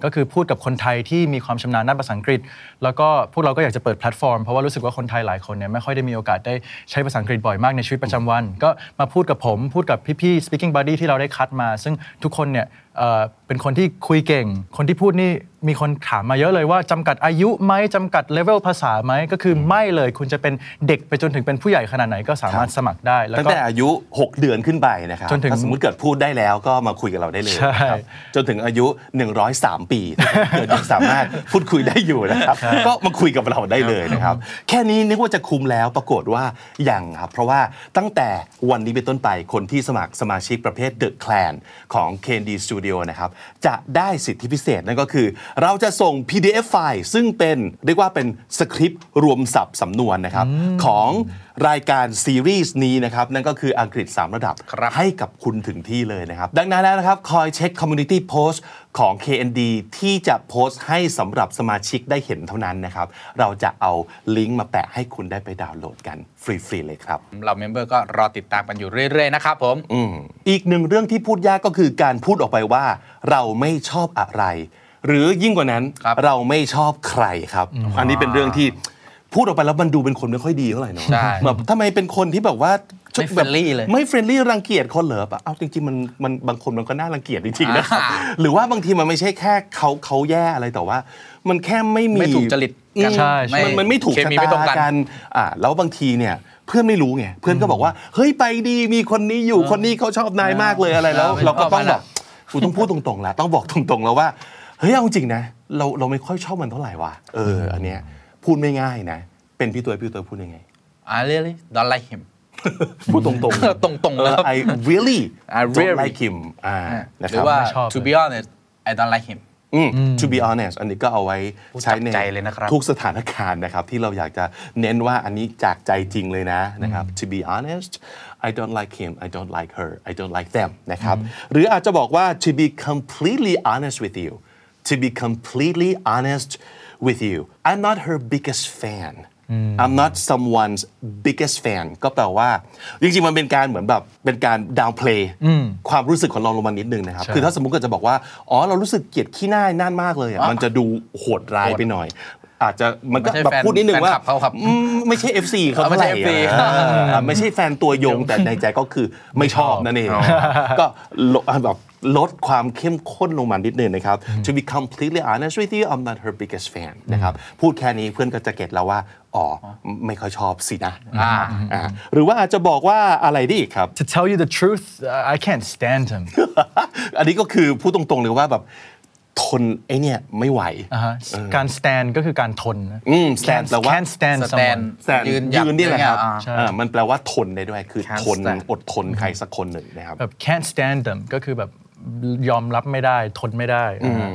ก็คือพูดกับคนไทยที่มีความชำนาญด้านภาษาอังกฤษ แล้วก็พวกเราก็อยากจะเปิดแพลตฟอร์มเพราะว่ารู้สึกว่าคนไทยหลายคนเนี่ยไม่ค่อยได้มีโอกาสได้ใช้ภาษาอังกฤษบ่อยมากในชีวิตประจำวัน ก็มาพูดกับผมพูดกับพี่ๆ speaking buddy ที่เราได้คัดมา ซึ่งทุกคนเนี่ยเอ่อเป็นคนที่คุยเก่ง คนที่พูดนี่มีคนถามมาเยอะเลยว่าจำกัดอายุไหมจำกัดเลเวลภาษาไหมก็คือไม่เลยคุณจะเป็นเด็กไปจนถึงเป็นผู้ใหญ่ขนาดไหนก็สามารถสมัครได้แล้ว ตั้ง ก็ แต่อายุ 6 เดือนขึ้นไปนะครับ จนถึง ถ้าสมมติเกิดพูดได้แล้วก็มาคุยกับเราได้เลยนะครับ ใช่ จนถึงอายุ 103 ปีเกิดยังสาม ารถพูดคุยได้อยู่นะครับ ก็มาคุยกับเราได้เลยนะครับ แค่นี้นึกว่าจะคุมแล้วปรากฏว่ายังครับ เพราะว่าตั้งแต่วันนี้เป็นต้นไปคนที่สมัครสมาชิกประเภท The Clan ของ KND Studio นะครับ จะได้สิทธิพิเศษนั่นก็คือ เราจะส่ง PDF ไฟล์ซึ่งเป็นเรียกว่าเป็นสคริปต์รวมสับสำนวนนะครับของ รายการซีรีส์นี้นะครับ นั่นก็คืออังกฤษ 3 ระดับ ครับ ให้กับคุณถึงที่เลยนะครับ ดังนั้นแล้วนะครับ คอยเช็ค Community Post ของ KND ที่จะโพสต์ให้สำหรับสมาชิกได้เห็นเท่านั้นนะครับ เราจะเอาลิงก์มาแปะให้คุณได้ไปดาวน์โหลดกันฟรี ๆ เลยครับ เหล่าเมมเบอร์ก็รอติดตามกันอยู่เรื่อยๆนะครับผม อีกหนึ่งเรื่องที่พูดยากก็คือการพูดออกไปว่าเราไม่ชอบอะไร หรือยิ่งกว่านั้น ครับ เราไม่ชอบใครครับ อันนี้เป็นเรื่องที่พูดออกไปแล้วมันดูเป็นคนไม่ค่อยดีเท่าไหร่เนาะ ใช่ แบบทำไมเป็นคนที่แบบว่า ไม่ แบบ friendly เลย ไม่เฟรนลี่รังเกียจคนเหรอปะเอาจริงๆมันมันบางคนมันก็น่ารังเกียจจริงๆนะครับ อ่า หรือว่าบางทีมันไม่ใช่แค่เขาเขาแย่อะไรแต่ว่า มันแค่ไม่มี ไม่ถูกจริตกั ใช่ใช่ มันมันไม่ถูก เค ชะ มีไม่ตรง ตา กัน กันอ่าแล้วบางทีเนี่ยเพื่อนไม่รู้ไงเพื่อนก็บอกว่า เฮ้ยไปดีมีคนนี้อยู่คนนี้เขาชอบนายมากเลยอะไรแล้ว เออ เราก็ต้อง ไม่ชอบมัน แบ อะ บกูต้องพูดตรงๆแล้วต้องบอกตรงๆแล้วว่าเฮ้ยเอาจริงนะเราเราไม่ค่อยชอบมันเท่าไหร่ว่ะเอออันเนี้ยพูดไม่ง่ายนะ เป็นพี่ตัวพี่ตัวพูด ยังไง I really don't like him พูดตรงๆ ตรงๆ เอ เลย อ ครับ I really I don't really like him อ่านะ ห ค รื รั อบ ว่า ไม่ชอบ to be honest I don't like him อืม to be honest อันนี้ก็เอาไว้ใช้ใน พูดจากใจเลยนะครับ ทุกสถานการณ์นะครับ ที่เราอยากจะเน้นว่าอันนี้จากใจจริงเลยนะนะครับ to be honest I don't like him I don't like her I don't like them นะครับ หรืออาจจะบอกว่า to be completely honest with you to be completely honest with you I'm not her biggest fan I'm not someone's biggest fan ก็แปลว่า จริงๆ มันเป็นการเหมือนแบบเป็นการ downplay ความรู้สึกของเราลงมานิดนึงนะครับ คือถ้าสมมติก็จะบอกว่า อ๋อ เรารู้สึกเกลียดขี้หน้าน่านมากเลยอะมันจะดูโหดร้ายไปหน่อย อาจจะมันก็ ไม่ใช่ แบบ แฟน พูดนิดนึงว่า แฟนคลับเขาครับ อืมไม่ใช่ FC เขา อ๋อไม่ใช่ เท่าหร่ FC อะเออไม่ใช่แฟนตัวยงแต่ในใจก็คือไม่ชอบนั่นเอง ก็ลดแบบลดความเข้มข้นลงมานิดนึงนะครับ to be completely honest with you I'm not her biggest fan นะครับพูดแค่นี้เพื่อนก็จะเก็ตแล้วว่า อ๋อ ไม่ค่อยชอบสินะ อ่า อ่าหรือว่าอาจจะบอกว่าอะไรดีอีกครับ To tell you the truth, uh, I can't stand him. อันนี้ก็คือพูดตรงๆเลยว่าแบบทนไอเนี่ยไม่ไหว อ่าฮะการ stand ก็คือการทนนะ อืม stand Can't- แปลว่า can't stand สแตน someone แต่ ยื ยื น น หยัด นี่แหละครับ อ่า ใช่ อ่ามันแปลว่าทนได้ด้วย คือ ครับ ทน แต่ อดทนใครสักคนหนึ่งนะครับ แบบ can't stand them ก็คือแบบยอมรับไม่ได้ทนไม่ได้นะฮะ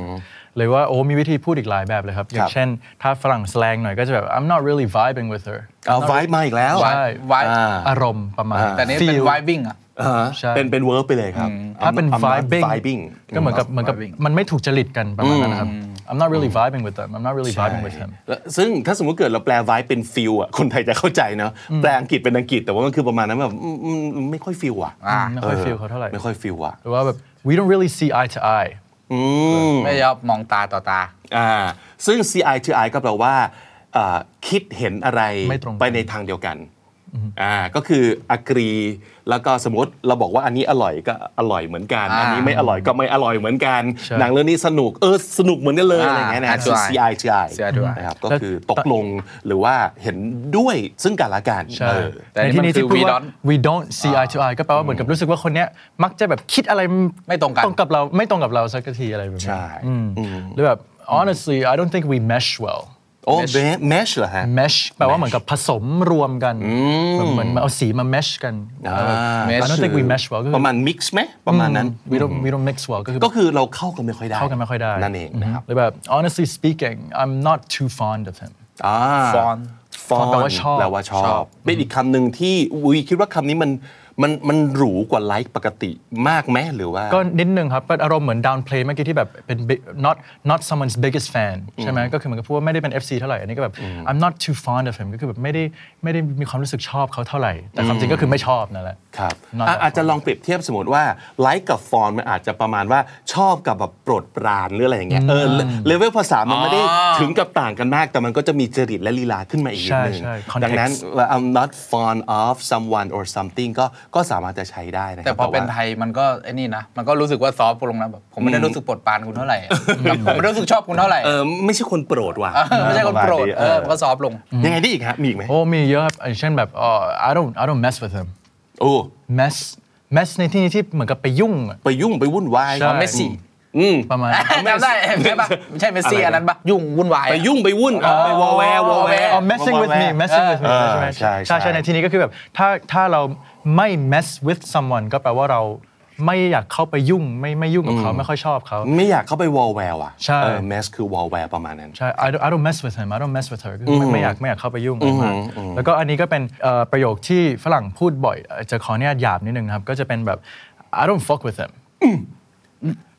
หรือว่าโอ้มีวิธีพูดอีกหลายแบบเลยครับ อคย่ารับงเช่น ถ้าฝรั่งแสลงหน่อยก็จะแบบ I'm not really vibing with her เอาไว้มาอีกแล้ว vibe ไว้ อ่า อารมณ์ประมาณ แต่นี่เป็น feel vibing อ่ะ อ่าฮะ ใช่ เป็นเป็นเวิร์บไปเลยครับ ถ้าเป็น I'm not vibing vibing ก็เหมือนกับ อืม เหมือนกับ vibing มันไม่ถูกจริตกันประมาณนั้นนะครับ I'm not really vibing with them I'm not really ใช่ vibing with him แล้วซึ่งถ้าสมมติเกิดเราแปลไว้เป็นฟิลอ่ะคนไทยจะเข้ าใจเนาะแปลอังกฤษเป็นอังกฤษแต่ว่ามันคือประมาณนั้นแบบอืมอืมไม่ค่อยฟิลอ่ะ อ่า ไม่ค่อย feel เขาเท่าไหร่ ไม่ค่อยฟิลอ่ะ หรือว่าแบบ we don't really see eye to eye อืม ไม่ยอมมองตาต่อตา อ่าซึ่ง CI to I ก็แปลว่าอ่าคิดเห็นอะไร ไม่ตรงกัน ไปในทางเดียวกันอ่าก็คืออักรีแล้วก็สมมติเราบอกว่าอันนี้อร่อยก็อร่อยเหมือนกัน อ่า อันนี้ไม่อร่อยก็ไม่อร่อยเหมือนกัน ใช่ หนังเรื่องนี้สนุกเออสนุกเหมือนกันเลย อ่า อะไรอย่างเงี้ยนะ I คือ try CI to I CI to I นะครับก็คือตกลงหรือว่าเห็นด้วยซึ่งกันและกัน ใช่ เออ แต่นี่ ที่ มัน นี้ คือ ที่พูด we ว่า don't we don't see eye to eye ก็แปลว่าเหมือนกับรู้สึกว่าคนเนี้ยมักจะแบบคิดอะไร ไม่ตรงกัน ตรงกับเราไม่ตรงกับเราสักทีอะไรแบบนี้ ใช่ อืมหรือแบบ honestly I don't think we mesh well โอ้ mesh เหรอฮะ mesh แปลว่าเหมือนกับผสมรวมกันแบบเหมือนเอาสีมา mesh กัน อ่า แบบ I don't think we mesh well ก็คือ ประมาณ mix ไหมประมาณนั้น we don't we don't mix well ก็คือ ก็คือเราเข้ากันไม่ค่อยได้ เข้ากันไม่ค่อยได้ นั่นเองนะครับ หรือแบบ honestly speaking I'm not too fond of him อ่า Fond ฟอน แปลว่าชอบ แปลว่าชอ ช บ อบ เป็นอีกคำหนึ่งที่วีคิดว่าคำนี้มันมันมันหรูกว่าไลฟ์ปกติมากไหมหรือว่า ก็นิดนึงครับ but อารมณ์เหมือน downplay เมื่อกี้ที่แบบเป็น big- not not someone's biggest fan ใช่ไหมก็คือเหมือนกับพูดว่าไม่ได้เป็น FC เท่าไหร่ อันนี้ก็แบบ I'm not too fond of him ก็คือแบบไม่ได้ไม่ได้มีความรู้สึกชอบเขาเท่าไหร่ แต่ความจริงก็คือไม่ชอบนั่นแหละ ครับ not อ่ะ that อาจจะลองเปรียบเทียบสมมติว่าไลฟ์กับฟอนมันอาจจะประมาณว่าชอบกับแบบโปรดปรานหรืออะไรอย่างเงี้ยเออเลเวลภาษามันไม่ได้ถึงกับต่างกันมาก แต่มันก็จะมีจริตและลีลาขึ้นมาอีกนิดนึง ใช่ใช่ context ดันั้น I'm not fond of someone or something ก็ก็สามารถจะใช้ได้นะค แต่ รับ พอเป็น ว่า ไทยมันก็ไอ้นี่นะ มันก็รู้สึกว่าซอฟต์ลงนะแบบผมไม่ได้รู้สึกปวดปานคุณเท่ าไหร่อะผมไม่ได้รู้สึกชอบคุณเท่าไหร่ เออไม่ใช่คนโปรดว่ะ ไม่ใช่คนโปรดเออมันก็ซอฟต์ลง ยังไงได้อีกฮะมีอีกไหม โอ้มีเยอะครับอย่างเช่นแบบอ๋อ I don't I don't mess with him โอ้ mess mess ในที่นี้ที่เหมือนกับไปยุ่งอะ ไปยุ่งไปวุ่นวาย ใช่ เมสซี่ อืม ประมาณ จำได้ใช่ปะไม่ใช่เมสซี่ อะไรนะ อันนั้นปะยุ่งวุ่นวาย ไปยุ่งไปวุ่นอ่ะไปวอแวร์วอแวร์ อ๋อ messing with me messing with me เออ ใช่ไหม ใช่ใช่ ใช่ในที่นี้ก็คือแบบถ้าถ้าเราไม่ mess with someone ก็แปลว่าเรา ไม่อยากเข้าไปยุ่งไม่ไม่ยุ่งกับเขาไม่ค่อยชอบเขา ไม่อยากเข้าไปวอลแวร์อ่ะ ใช่ เออแมสคือวอลแวร์ประมาณนั้น ใช่ I don't I don't mess with him I don't mess with her คือไม่ไม่อยากไม่อยากเข้าไปยุ่งอะไรมากแล้วก็อันนี้ก็เป็นเอ่อประโยคที่ฝรั่งพูดบ่อยเอ่อจะขออนุญาตหยาบนิดนึงนะครับ ก็จะเป็นแบบ I don't fuck with him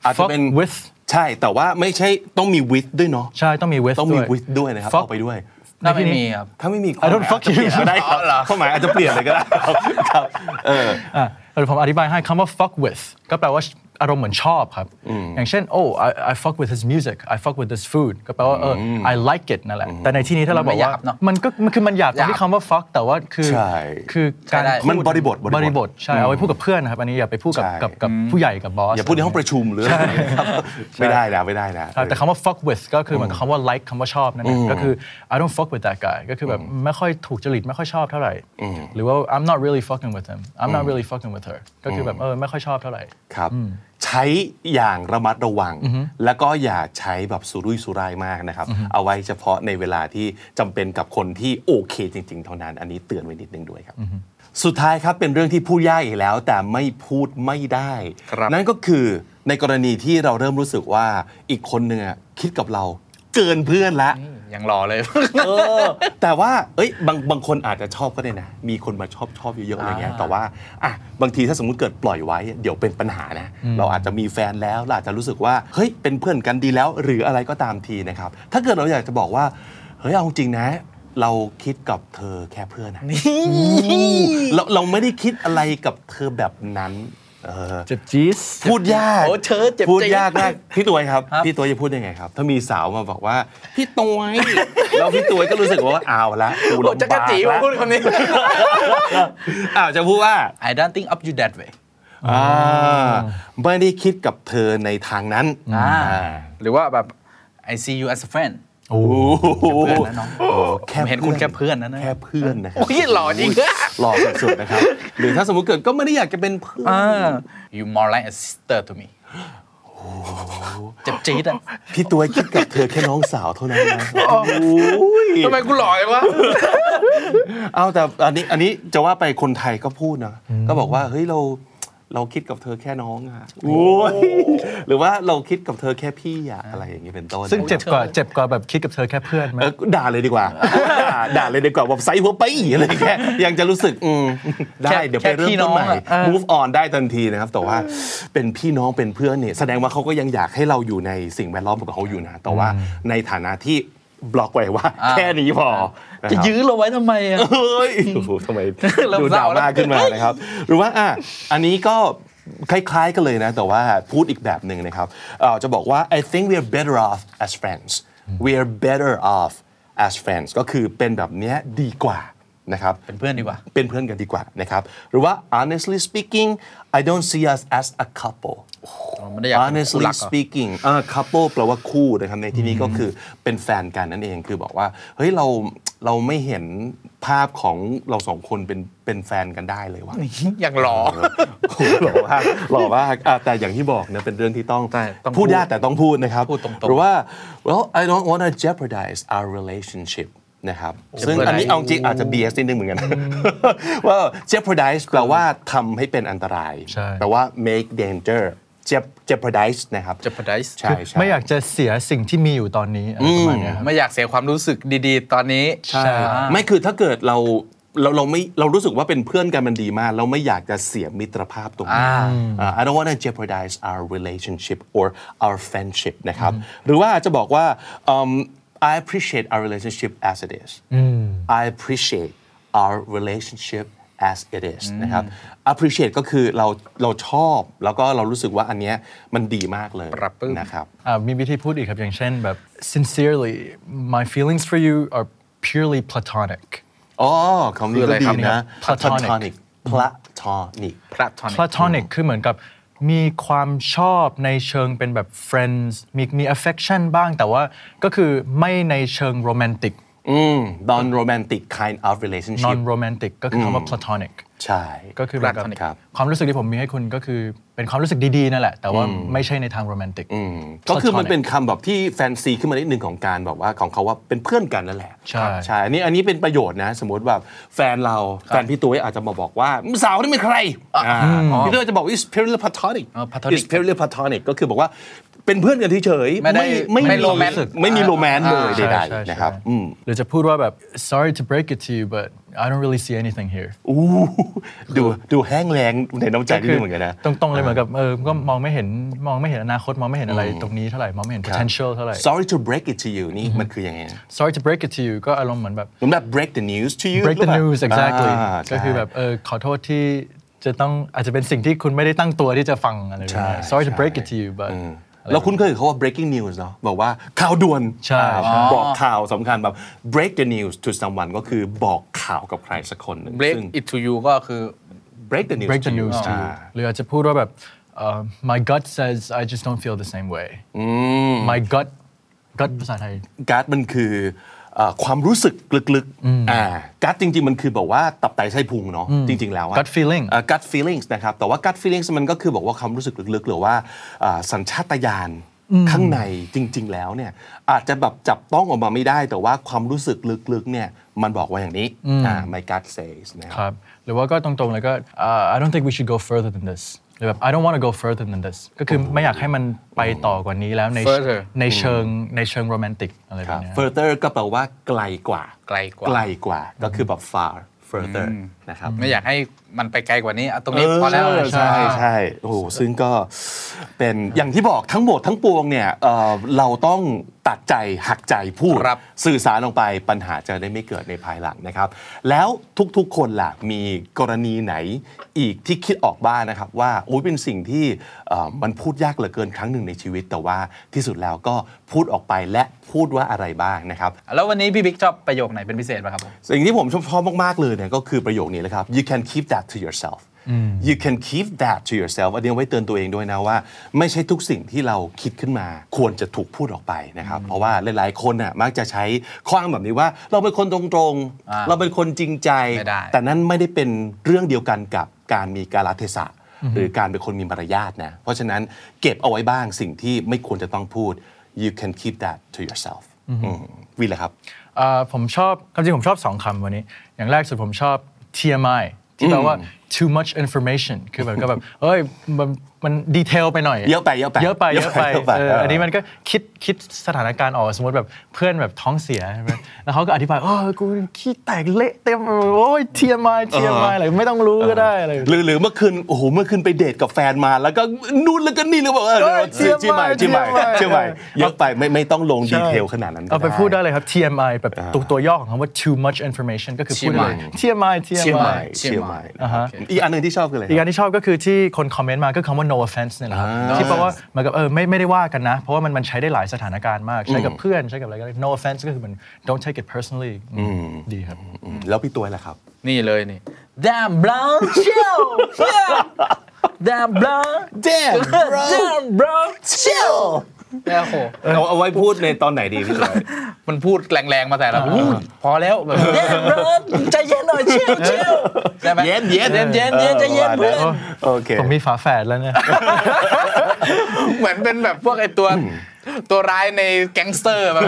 อาจจะเป็น fuck with ใช่แต่ว่าไม่ใช่ต้องมี with ด้วยเนาะ ใช่ ต้องมี with ต้องมี ด้วย with ด้วยนะครับ Fuck เอาไปด้วย ถ้าไม่มีครับ ถ้าไม่มี I don't ข้อหมาย fuck you อาจจะเปลี่ยน ก็ได้ครับข้อหมายอาจจะเปลี่ยนเลยก็ได้ครับครับเออ อ่ะเดี๋ยวผมอธิบายให้คำว่า fuck with ก็แปลว่าอารมณ์เหมือนชอบครับ อย่างเช่น oh I I fuck with his music I fuck with his food ก็แปลว่าเอออ I like it นั่นแหละ แต่ในที่นี้ถ้าเราบอกว่า มันไม่หยาบเนอะ มันก็มันคือมันหยาบตรงที่คำว่า fuck แต่ว่าคือ ใช่ คือการ ใช่ได้ พูด มันบริบท บริบท ใช่ เอาไว้พูดกับเพื่อนนะครับ อันนี้อย่าไปพูดกับ ใช่ กับกับผู้ใหญ่กับบอส อย่าพูดในห้องประชุมหรืออะไรอย่างเงี้ยครับไม่ได้นะไม่ได้นะ ครับแต่คำว่า fuck with ก็คือเหมือนคำว่า like คำว่าชอบนั่นเองก็คือ I don't fuck with that guy ก็คือแบบไม่ค่อยถูกจริตไม่ค่อยชอบเท่าไหร่ หรือว่า I'm not really fucking with him I'm not really fucking with her ก็คือแบบเออไม่ค่อยชอบเท่าไหร่ ครับใช้อย่างระมัดระวัง แล้วก็อย่าใช้แบบสุรุ่ยสุร่ายมากนะครับ เอาไว้เฉพาะในเวลาที่จำเป็นกับคนที่โอเคจริง ๆ เท่านั้น อันนี้เตือนไว้นิดนึงด้วยครับ สุดท้ายครับเป็นเรื่องที่พูดยากอีกแล้ว แต่ไม่พูดไม่ได้ ครับ นั่นก็คือในกรณีที่เราเริ่มรู้สึกว่าอีกคนหนึ่งอะคิดกับเราเกินเพื่อนละ ยังรอเลย เออแต่ว่าเอ้ยบางบางคนอาจจะชอบก็ได้นะ มีคนมาชอบชอบเยอะๆอะไรเงี้ย แต่ว่าอ่ะบางทีถ้าสมมติเกิดปล่อยไว้ เดี๋ยวเป็นปัญหานะ เราอาจจะมีแฟนแล้วเราอาจจะรู้สึกว่า เฮ้ย เป็นเพื่อนกันดีแล้ว หรืออะไรก็ตามทีนะครับ ถ้าเกิดเราอยากจะบอกว่า เฮ้ย เอาจริงนะ เราคิดกับเธอแค่เพื่อนนะเราเราไม่ได้คิดอะไรกับเธอแบบนั้นเออ เจ็บจี๊ส พูดยาก โอ้เธอเจ็บ พูด ใจ ยากมากพี่ตัวยครับ ครับ พี่ตัวยจะพูดยังไงครับ ถ้ามีสาวมาบอกว่า พี่ตัวยแล้วพี่ตัวยก็รู้สึกว่าเอาละกู โอ้ ลำ จักร บาก จี ละ พูดคำนี้ อ้าวจะพูดว่า I don't think of you that way อ่าไม่ได้คิดกับเธอในทางนั้น อ่า อ่า หรือว่าแบบ I see you as a friend โอ้โห เพื่อนนะน้องผมเห็นคุณแค่เพื่อนนะนะ แค่เพื่อนนะครับ โอ้ยหล่อจริงอะ หล่อสุดๆ นะครับ หรือถ้าสมมติเกิดก็ไม่ได้อยากจะเป็นเพื่อน อ่า You more like a sister to me เจ็บจี๊ดอ่ะ พี่ตัวยคิดกับเธอแค่น้องสาวเท่านั้นนะโอ้ย ทำไมกูหล่อจังวะ เอาแต่อันนี้อันนี้จะว่าไปคนไทยก็พูดนะ ก็บอกว่าเฮ้ยเราเราคิดกับเธอแค่น้องอะโอ้ยหรือว่าเราคิดกับเธอแค่พี่อะอะไรอย่างนี้เป็นต้น ซึ่งเจ็บกว่าเจ็บกว่าแบบคิดกับเธอแค่เพื่อนไหม เออด่าเลยดีกว่า ด่าด่าเลยดีกว่าแบบไซส์หัวไปอีอะไรแค่ยังจะรู้สึกอืมได้ เดี๋ยวไปเริ่มต้นใหม่ แค่พี่น้องอะเออ move on ได้ทันทีนะครับ แต่ว่าเป็นพี่น้องเป็นเพื่อนเนี่ยแสดงว่าเขาก็ยังอยากให้เราอยู่ในสิ่งแวดล้อมของเขาอยู่นะ แต่ว่าในฐานะที่บล็อกไว้ว่า อ่า แค่นี้พอนะครับ จะยื้อเราไว้ทำไมอ่ะ เฮ้ยโอ้โหทำไม เริ่ม ดูดรา เศร้าแล้ว ม่าขึ้นมานะครับ หรือว่าอ่ะอันนี้ก็คล้ายๆกันเลยนะ แต่ว่าพูดอีกแบบหนึ่งนะครับเอ่อจะบอกว่า I think we are better off as friends we are better off as friends ก็คือเป็นแบบเนี้ยดีกว่านะครับ เป็นเพื่อนดีกว่า เป็นเพื่อนกันดีกว่านะครับ หรือว่า honestly speaking I don't see us as a couple เราไม่ได้อยากเป็นคู่ honestly รักหรอก speaking เอ่อ couple แปลว่าคู่นะครับในที่นี้ก็คือเป็นแฟนกันนั่นเองคือบอกว่าเฮ้ยเราเราไม่เห็นภาพของเราสองคนเป็นเป็นแฟนกันได้เลยว่ะ อย่างหล่อ โอ้โหหล่อมากหล่อมากอ่ะแต่อย่างที่บอกนะเป็นเรื่องที่ต้อง ใช่ต้อง พูดยากแต่ต้องพูดนะครับ พูดตรงๆ หรือว่า well I don't want to jeopardize our relationship นะครับซึ่ง jeopardize อันนี้เอาจริงอาจจะ BS นิดนึงเหมือนกัน ว่า jeopardize แปลว่าทำให้เป็นอันตราย ใช่ แปลว่า make danger Jep- jeopardize นะครับ Jeopardize ใช่ใช่ ไม่อยากจะเสียสิ่งที่มีอยู่ตอนนี้อะไรประมาณเนี้ยครับ ไม่อยากเสียความรู้สึกดีๆ ตอนนี้ ใช่ ไม่คือถ้าเกิดเราเราเราไม่เรารู้สึกว่าเป็นเพื่อนกันมันดีมาก เราไม่อยากจะเสียมิตรภาพตรงนี้ อ่า อ่า I don't want to jeopardize our relationship or our friendship นะครับ หรือว่าจะบอกว่า um, I appreciate our relationship as it is I appreciate our relationship as it is นะครับ appreciate ก็คือเราเราชอบแล้วก็เรารู้สึกว่าอันเนี้ยมันดีมากเลย ปรับปรุง นะครับ อ่ามีวิธีพูดอีกครับอย่างเช่นแบบ sincerely my feelings for you are purely platonic อ๋อคำนี้ก็ดีนะ คืออะไรครับ platonic platonic พระทอน platonic คือเหมือนกับมีความชอบในเชิงเป็นแบบ friends มีมี affection บ้างแต่ว่าก็คือไม่ในเชิง romantic อืม non romantic kind of relationship non romantic ก็คือคำว่า platonic ใช่ ก็คือแบบ รักเขาเนี่ย ครับ ความรู้สึกที่ผมมีให้คุณก็คือเป็นความรู้สึกดีๆนั่นแหละ แต่ว่า อืม ไม่ใช่ในทางโรแมนติก อืมก็คือมันเป็นคำแบบที่แฟนซีขึ้นมานิดนึงของการแบบว่าของเขาว่าเป็นเพื่อนกันนั่นแหละ ใช่ ใช่อันนี้อันนี้เป็นประโยชน์นะ สมมติแบบแฟนเราแฟนพี่ตุ้ยอาจจะมาบอกว่าสาวนี่เป็นใครอ่าพี่ตุ้ยจะบอกว่า is purely platonic อ๋อ platonic is purely platonic ก็คือบอกว่าเป็นเพื่อนกันเฉยๆ ไม่ได้ไม่โรแมนต์ ไม่มีโรแมนต์เลย ใช่ ใด ใช่ ๆนะครับ ใช่ อืม หรือจะพูดว่าแบบ sorry to break it to you but I don't really see anything here อู้ดูดูแห้งแรงในน้ำใจนิดนึงเหมือนกันนะ ตรงๆเลยเหมือนกับเออก็มองไม่เห็นมองไม่เห็นอนาคตมองไม่เห็นอะไรตรงนี้เท่าไหร่มองไม่เห็น potential เท่าไหร่ sorry to break it to you นี่มันคือยังไงนะ sorry to break it to you ก็อารมณ์เหมือนแบบ เหมือนแบบ break the news to you break หรือเป the ล่า news exactly า ก็คือ ใช่ แบบเออขอโทษที่จะต้องอาจจะเป็นสิ่งที่คุณไม่ได้ตั้งตัวที่จะฟังอะไรแบบ ใช่ นี้ sorry to break ใช่ it to you but แล้วคุณเคยเขาว่า breaking news เนาะบอกว่าข่าวด่วน ใช่ อ่า ใช่ บอกข่าวสำคัญแบบ break the news to someone ก็คือบอกข่าวกับใครสักคนหนึ่ง break ซึ่ง it to you ก็คือ break the news break the to you news to อ่า you หรืออาจจะพูดว่าแบบเอ่อ my gut says I just don't feel the same way my gut gut ภาษาไทย การ์ดมันคือเอ่อความรู้สึกลึกๆอ่าการ์ดจริง ๆ มันคือแบบว่าตับไตไส้พุงเนาะจริง ๆ แล้วอะ Gut feeling เอ่อ gut feelings นะครับ แต่ว่า gut feelings มันก็คือบอกว่าความรู้สึกลึกๆ หรือว่าอ่าสัญชาตญาณข้างในจริง ๆ แล้วเนี่ยอาจจะแบบจับต้องออกมาไม่ได้ แต่ว่าความรู้สึกลึกๆเนี่ยมันบอกว่าอย่างนี้อ่า my gut says นะค ครับ รับหรือว่าก็ตรงๆเลยก็เอ่อ I don't think we should go further than this หรือแบบ I don't want to go further than this ก็คือไม่อยากให้มันไปต่อกว่านี้แล้วใน Further ในเชิงในเชิงโรแมนติกอะไรแบบเนี้ย further ก็แปลว่าไกลกว่า ไกลกว่า ไกลกว่าก็คือแบบ far further นะครับ ไม่อยากให้มันไปไกลกว่านี้เอาตรงนี้พอแล้ว เใช่ใช่โอ้โหซึ่งก็เป็นอย่างที่บอกทั้งหมดทั้งปวงเนี่ยเอ่อเราต้องตัดใจหักใจพูด ครับ สื่อสารลงไปปัญหาจะได้ไม่เกิดในภายหลังนะครับ แล้วทุกๆคนล่ะมีกรณีไหนอีกที่คิดออกบ้างนะครับ ว่าโอ้ยเป็นสิ่งที่เอ่อมันพูดยากเหลือเกินครั้งหนึ่งในชีวิต แต่ว่าที่สุดแล้วก็พูดออกไปและพูดว่าอะไรบ้างนะครับ แล้ววันนี้พี่บิ๊กชอบประโยคไหนเป็นพิเศษป่ะครับผม สิ่งที่ผมชอบชอบมาก ๆ เลยเนี่ยก็คือประโยคนี้เลยครับ you can keep that to yourself you can keep that to yourself อันนี้ไว้เตือนตัวเองด้วยนะว่า ไม่ใช่ทุกสิ่งที่เราคิดขึ้นมา ควรจะถูกพูดออกไปนะครับ เพราะว่าหลาย ๆ คนน่ะมักจะใช้ข้ออ้างแบบนี้ว่า เราเป็นคนตรง อ่า ๆ เราเป็นคนจริงใจ ไม่ได้ แต่นั้นไม่ได้เป็นเรื่องเดียวกันกับการมีกาลเทศะ หรือการเป็นคนมีมารยาทนะ เพราะฉะนั้นเก็บเอาไว้บ้างสิ่งที่ไม่ควรจะต้องพูด you can keep that to yourself อืมวินเหรอครับ เอ่อผมชอบคำจริงผมชอบสองคำวันนี้ อย่างแรกสุดผมชอบ TMI ที่แปลว่า too much information คือแบบก็แบบ เอ้ยมันมันดีเทลไปหน่อย เยอะไปเยอะไป เยอะไปเยอะไป เยอะไป เอ เอ อ ออั อันนี้มันก็คิดคิดสถานการณ์ออกสมมติแบบเพื่อนแบบท้องเสียใช่ไหมแล้วเขาก็อธิบาย โอ้ยกูขี้แตกเละเต็มโอ้ย TMI เออ TMI อะไรไม่ต้องรู้ก็ได้อะไร หรือหรือเมื่อคืนโอ้โหเมื่อคืนไปเดทกับแฟนมาแล้วก็นู่นแล้วก็นี่แล้วบอกเออ เออ เชื่อเชื่อใหม่ เชี เชื่ ย อ ร์ ให ใหม่ ม่เชื่อใหม่ เชียร์ใหม่ เยอะไปไม่ไม่ต้องลงดีเทลขนาดนั้นก็ เอาไปพูดได้เลยครับ TMI แบบตัวตัวย่อของคำว่า too much information ก็คือพูดได้เลย TMI เชื่อใหม่ TMI เชื่อใหม่ อ่าฮะ อีกอันหนึ่งที่ชอบคืออะไร อีก ครัอับ นที่ชอบก็คือที่คนคอมเมนต์มาก็คำว่า no offense เนี่ยนะครับ อ่า ที่แปลว่าเหมือนกับเออไม่ไม่ได้ว่ากันนะ เพราะว่ามันมันใช้ได้หลายสถานการณ์มาก ใช้กับเพื่อน ใช้กับอะไรก็ได้ no offense ก็คือมัน don't take it personally อืมดีครับ อืมแล้วพี่ตัวล่ะครับ นี่เลยนี่ damn brown chill Yeah. damn brown Damn bro damn brown chill แอ้โห เอาเอาไว้พูดในตอนไหนดีพี่ตัว มันพูดแรงๆมาแต่ละพูดพอแล้วแบบ damn brown ใจเย็นหน่อย chill chill ใช่ไหม เย็นเย็น เย็นเย็นเย็นใจเย็นเพื่อน โอเค ผมมีฝาแฝดแล้วเนี่ย เหมือนเป็นแบบพวกไอ้ตัวตัวร้ายในแก๊งสเตอร์แบบ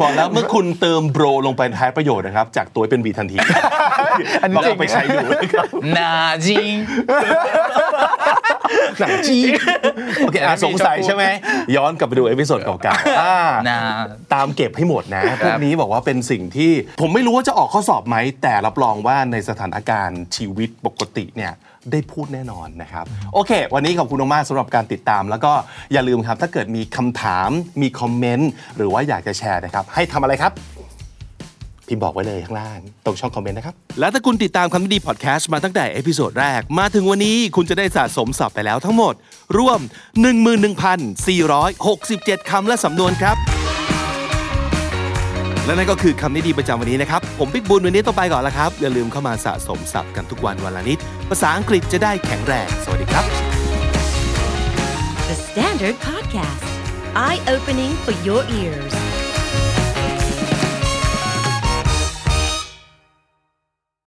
บอกแล้วเมื่อคุณเติมโบรลงไปท้ายประโยชน์นะครับ จากตัวเป็นวีทันที อันนี้ ลอง จริง เอาไปใช้ดูนะครับ นาจิง หนังจีนโอเคอ่ะสงสัยใช่ไหม ย้อนกลับไปดูเอพิโซดเก่าๆอ่า น่า ตามเก็บให้หมดนะพวกนี้บอกว่าเป็นสิ่งที่ผมไม่รู้ว่าจะออกข้อสอบไหม แต่รับรองว่าในสถานการณ์ชีวิตปกติเนี่ยได้พูดแน่นอนนะครับ โอเค วันนี้ขอบคุณมากๆสำหรับการติดตาม แล้วก็อย่าลืมครับ ถ้าเกิดมีคำถามมีคอมเมนต์ หรือว่าอยากจะแชร์นะครับ ให้ทำอะไรครับ พิมพ์บอกไว้เลยข้างล่าง ตรงช่องคอมเมนต์นะครับ และถ้าคุณติดตามคำดีพอดแคสต์มาตั้งแต่เอพิโซดแรก มาถึงวันนี้คุณจะได้สะสมศัพท์ไปแล้วทั้งหมด รวม 11,467 คำและสำนวนครับ และนั่นก็คือคำนิยดีประจำวันนี้นะครับ ผมบิ๊กบุญวันนี้ต้องไปก่อนแล้วครับ อย่าลืมเข้ามาสะสมศัพท์กันทุกวันวันละนิด ภาษาอังกฤษจะได้แข็งแรง สวัสดีครับ The Standard Podcast, eye opening for your ears.